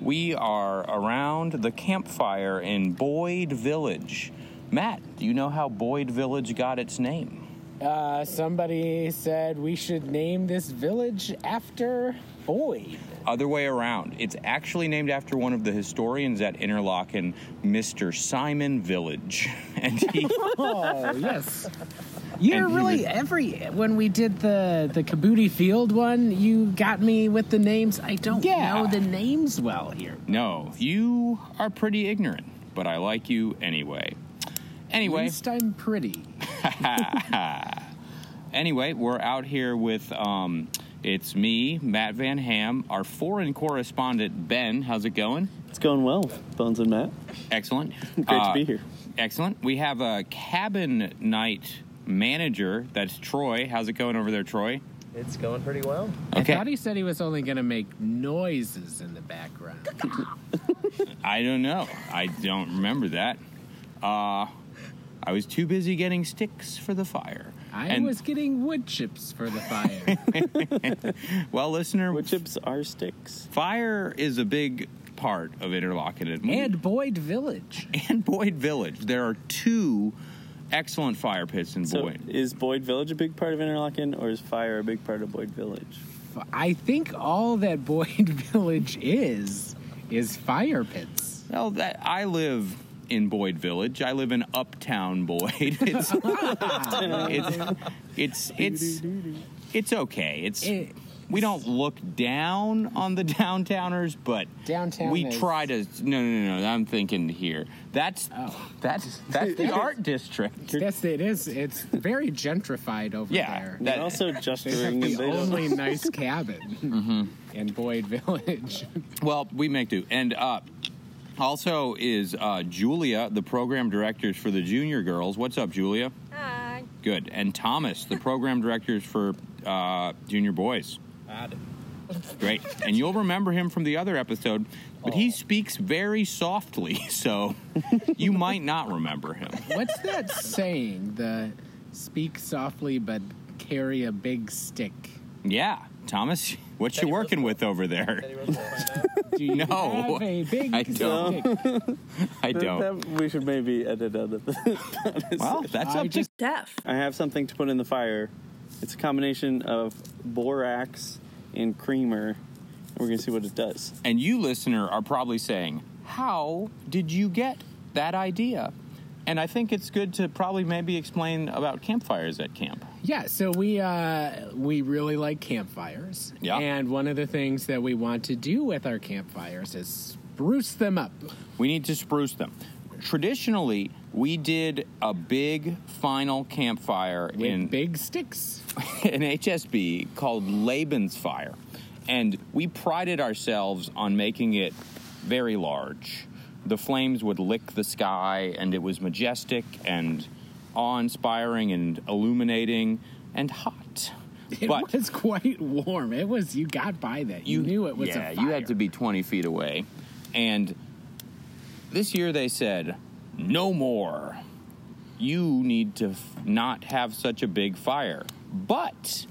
We are around the campfire in Boyd Village. Matt, do you know how Boyd Village got its name? Uh, somebody said we should name this village after Boyd. Other way around. It's actually named after one of the historians at Interlaken, Mr. Simon Village. And he. Oh yes. You're And he really was- every when we did the the Kabuti Field one, you got me with the names. I don't Yeah. know the names well here. no, you are pretty ignorant, but I like you anyway. At Anyway, least I'm pretty. anyway, we're out here with um, it's me, Matt Van Ham, our foreign correspondent Ben. How's it going? It's going well, Bones and Matt. Excellent. Uh, Great to be here. Excellent. We have a cabin night manager. That's Troy. How's it going over there, Troy? It's going pretty well. Okay. I thought he said he was only going to make noises in the background. I don't know. I don't remember that. Uh, I was too busy getting sticks for the fire. I And- was getting wood chips for the fire. well, listener. Wood chips are sticks. Fire is a big part of Interlaken. and Boyd Village. and Boyd Village. There are two excellent fire pits in So Boyd. is Boyd Village a big part of Interlaken, or is fire a big part of Boyd Village? I think all that Boyd Village is is fire pits. Well, that I live in Boyd Village. I live in Uptown Boyd. It's it's it's it's, it's okay. It's It- we don't look down on the downtowners, but Downtown we is- try to. No, no, no, no. I'm thinking here. That's Oh. that's that's the art district. Yes, it is. It's very gentrified over Yeah, there. that- And also, just They have during the the only nice cabin Mm-hmm. in Boyd Village. Well, we make do. And uh, also is uh, Julia, the program directors for the junior girls. What's up, Julia? Hi. Good. And Thomas, the program directors for uh, junior boys. Great. And you'll remember him from the other episode, but Oh. he speaks very softly, so you might not remember him. What's that saying? The speak softly but carry a big stick. Yeah. Thomas, what you Teddy working with over Teddy there? Roosevelt by now. Do you No, have a big I don't. stick? I don't. That, we should maybe edit out of this. Well, that's I up to just Deaf. I have something to put in the fire. It's a combination of borax and creamer. and We're gonna see what it does. And you, listener, are probably saying, How did you get that idea? And I think it's good to probably maybe explain about campfires at camp. Yeah, so we uh, we really like campfires. Yeah. And one of the things that we want to do with our campfires is spruce them up. We need to spruce them. Traditionally, we did a big final campfire with in big sticks. an HSB called Laban's Fire. And we prided ourselves on making it very large. The flames would lick the sky, and it was majestic and awe inspiring and illuminating and hot. It but was quite warm. It was you got by that. You, knew it was yeah, a you had to fire. be 20 feet away. And this year they said, no more. You need to f- not have such a big fire. But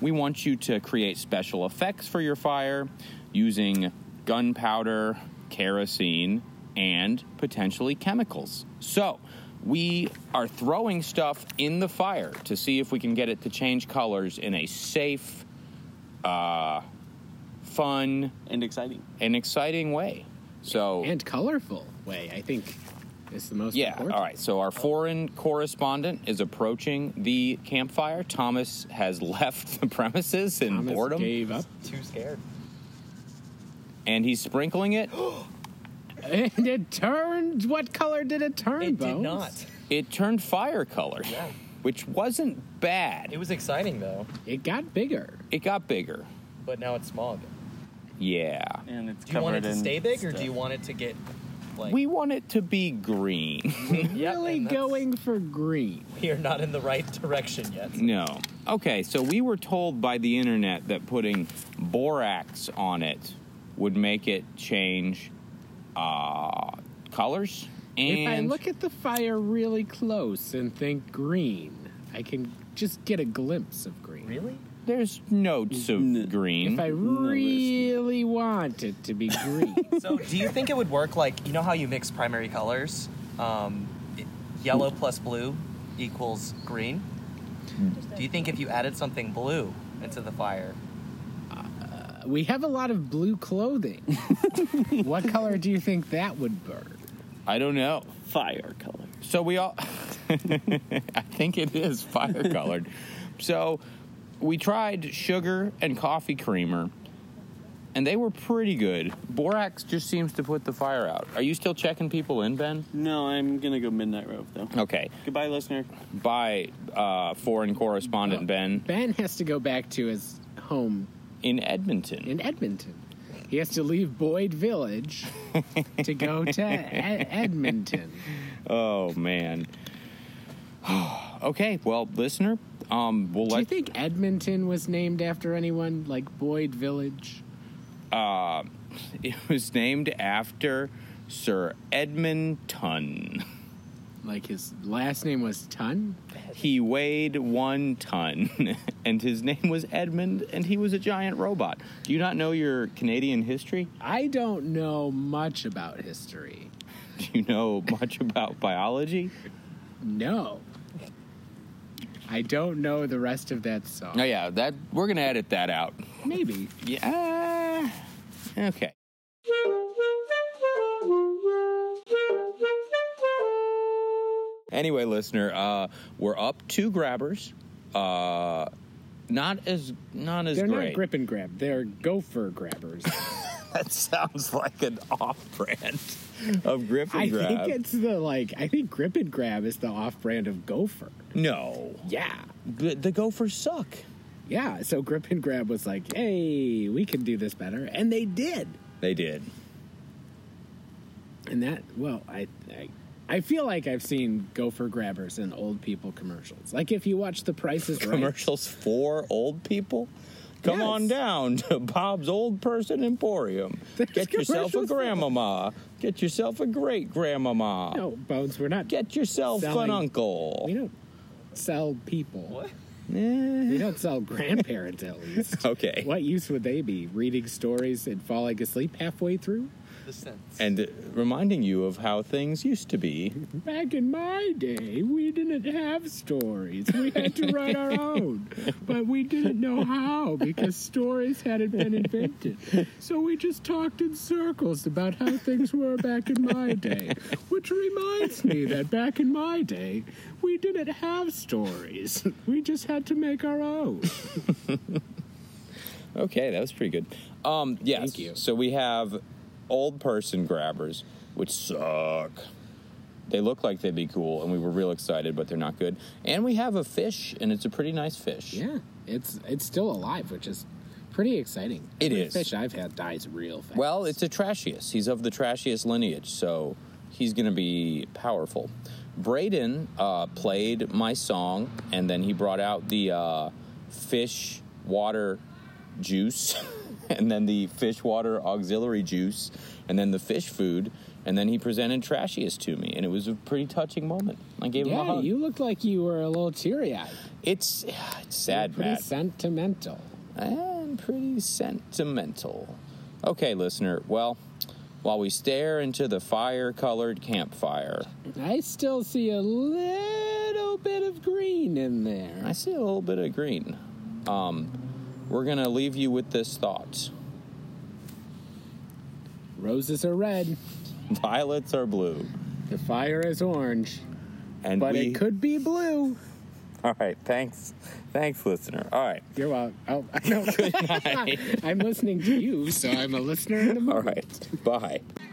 we want you to create special effects for your fire using gunpowder, kerosene, and potentially chemicals. So we are throwing stuff in the fire to see if we can get it to change colors in a safe, fun, And exciting. an exciting way. So and colorful way, I think is the most yeah, all important. right. So our foreign correspondent is approaching the campfire. Thomas has left the premises in Thomas boredom, gave up. Too scared. and he's sprinkling it. And it turned what color did it turn, It did Bones? not. It turned fire color, Yeah. which wasn't bad. It It, was exciting though, It got bigger. got bigger. but now it's small again. Yeah, And it's Do you want it covered to in stay big or stuff. do you want it to get like we want it to be green. Yeah, really and that's- going for green. We are not in the right direction yet. Mm. No. Okay, so we were told by the internet that putting borax on it would make it change uh, colors. And if I look at the fire really close and think green, I can just get a glimpse of green. Really? There's notes of N- green. If I really want it to be green, So, do you think it would work like you know how you mix primary colors? Um, it- Mm. yellow plus blue equals green. Mm. Do you think if you added something blue into the fire, we have a lot of blue clothing. what color do you think that would burn? I don't know. Fire color. So we all, I think it is fire colored. so we tried sugar and coffee creamer, and they were pretty good. Borax just seems to put the fire out. Are you still checking people in, Ben? No, I'm gonna go midnight rope though. Okay. Goodbye, listener. By uh, foreign correspondent Ben Ben has to go back to his home in Edmonton. in Edmonton. He has to leave Boyd Village to go to Ed- Edmonton. oh man. okay. Well, listener, um, we'll Do you let think Edmonton was named after anyone like Boyd Village? it was named after Sir Edmund Tunn. Like his last name was Tun? He weighed one ton, and his name was Edmund, and he was a giant robot. Do you not know your Canadian history? I don't know much about history. Do you know much about biology? No. I don't know the rest of that song. Oh yeah, that we're gonna edit that out. Maybe. Yeah. Okay. Anyway, listener, uh, we're up two grabbers. Uh, not as not as They're great. not grip and grab, they're gopher grabbers. that sounds like an off-brand of grip and I grab. think it's the like I think grip and grab is the off brand of gopher. No. Yeah. The, the Gophers suck. Yeah, so Grip and Grab was like, hey, we can do this better. And they did. They did. And that, well, I, I, I feel like I've seen gopher grabbers in old people commercials. Like if you watch The Price is Right. Commercials for old people? Come Yes. on down to Bob's Old Person Emporium. There's Get yourself a commercials for- grandmama. Get yourself a great grandmama. No, Bones, we're not. Get yourself an Selling- uncle. we don't sell people. what? We don't sell grandparents, at least. Eh. Okay. What use would they be? Reading stories and falling asleep halfway through? The sense. And uh, reminding you of how things used to be. Back in my day, we didn't have stories. We had to write our own. But we didn't know how because stories hadn't been invented. So we just talked in circles about how things were back in my day. Which reminds me that back in my day, we didn't have stories. We just had to make our own. Okay, that was pretty good. Um, yes. Thank you. So we have old person grabbers, which suck. They look like they'd be cool, and we were real excited, but they're not good. And we have a fish, and it's a pretty nice fish. Yeah, it's it's still alive, which is pretty exciting. It Every is. Fish I've had dies real fast. Well, it's a Trashius. He's of the Trashius lineage, so he's going to be powerful. Braden uh, played my song, and then he brought out the uh, fish water juice, and then the fish water auxiliary juice, and then the fish food, and then he presented Trashius to me, and it was a pretty touching moment. I gave him a yeah, hug. you looked like you were a little teary eyed. it's, it's sad, pretty Matt. sentimental. and pretty sentimental. Okay, listener, well, while we stare into the fire colored campfire, I still see a little bit of green in I there. see a little bit of green. Um, we're going to leave you with this thought Roses are red. violets are blue. The fire is orange, And but we it could be blue. All right, thanks. Thanks, listener. All right. You're welcome. Oh, no. I'm listening to you, so I'm a listener in the All moment. right. Bye.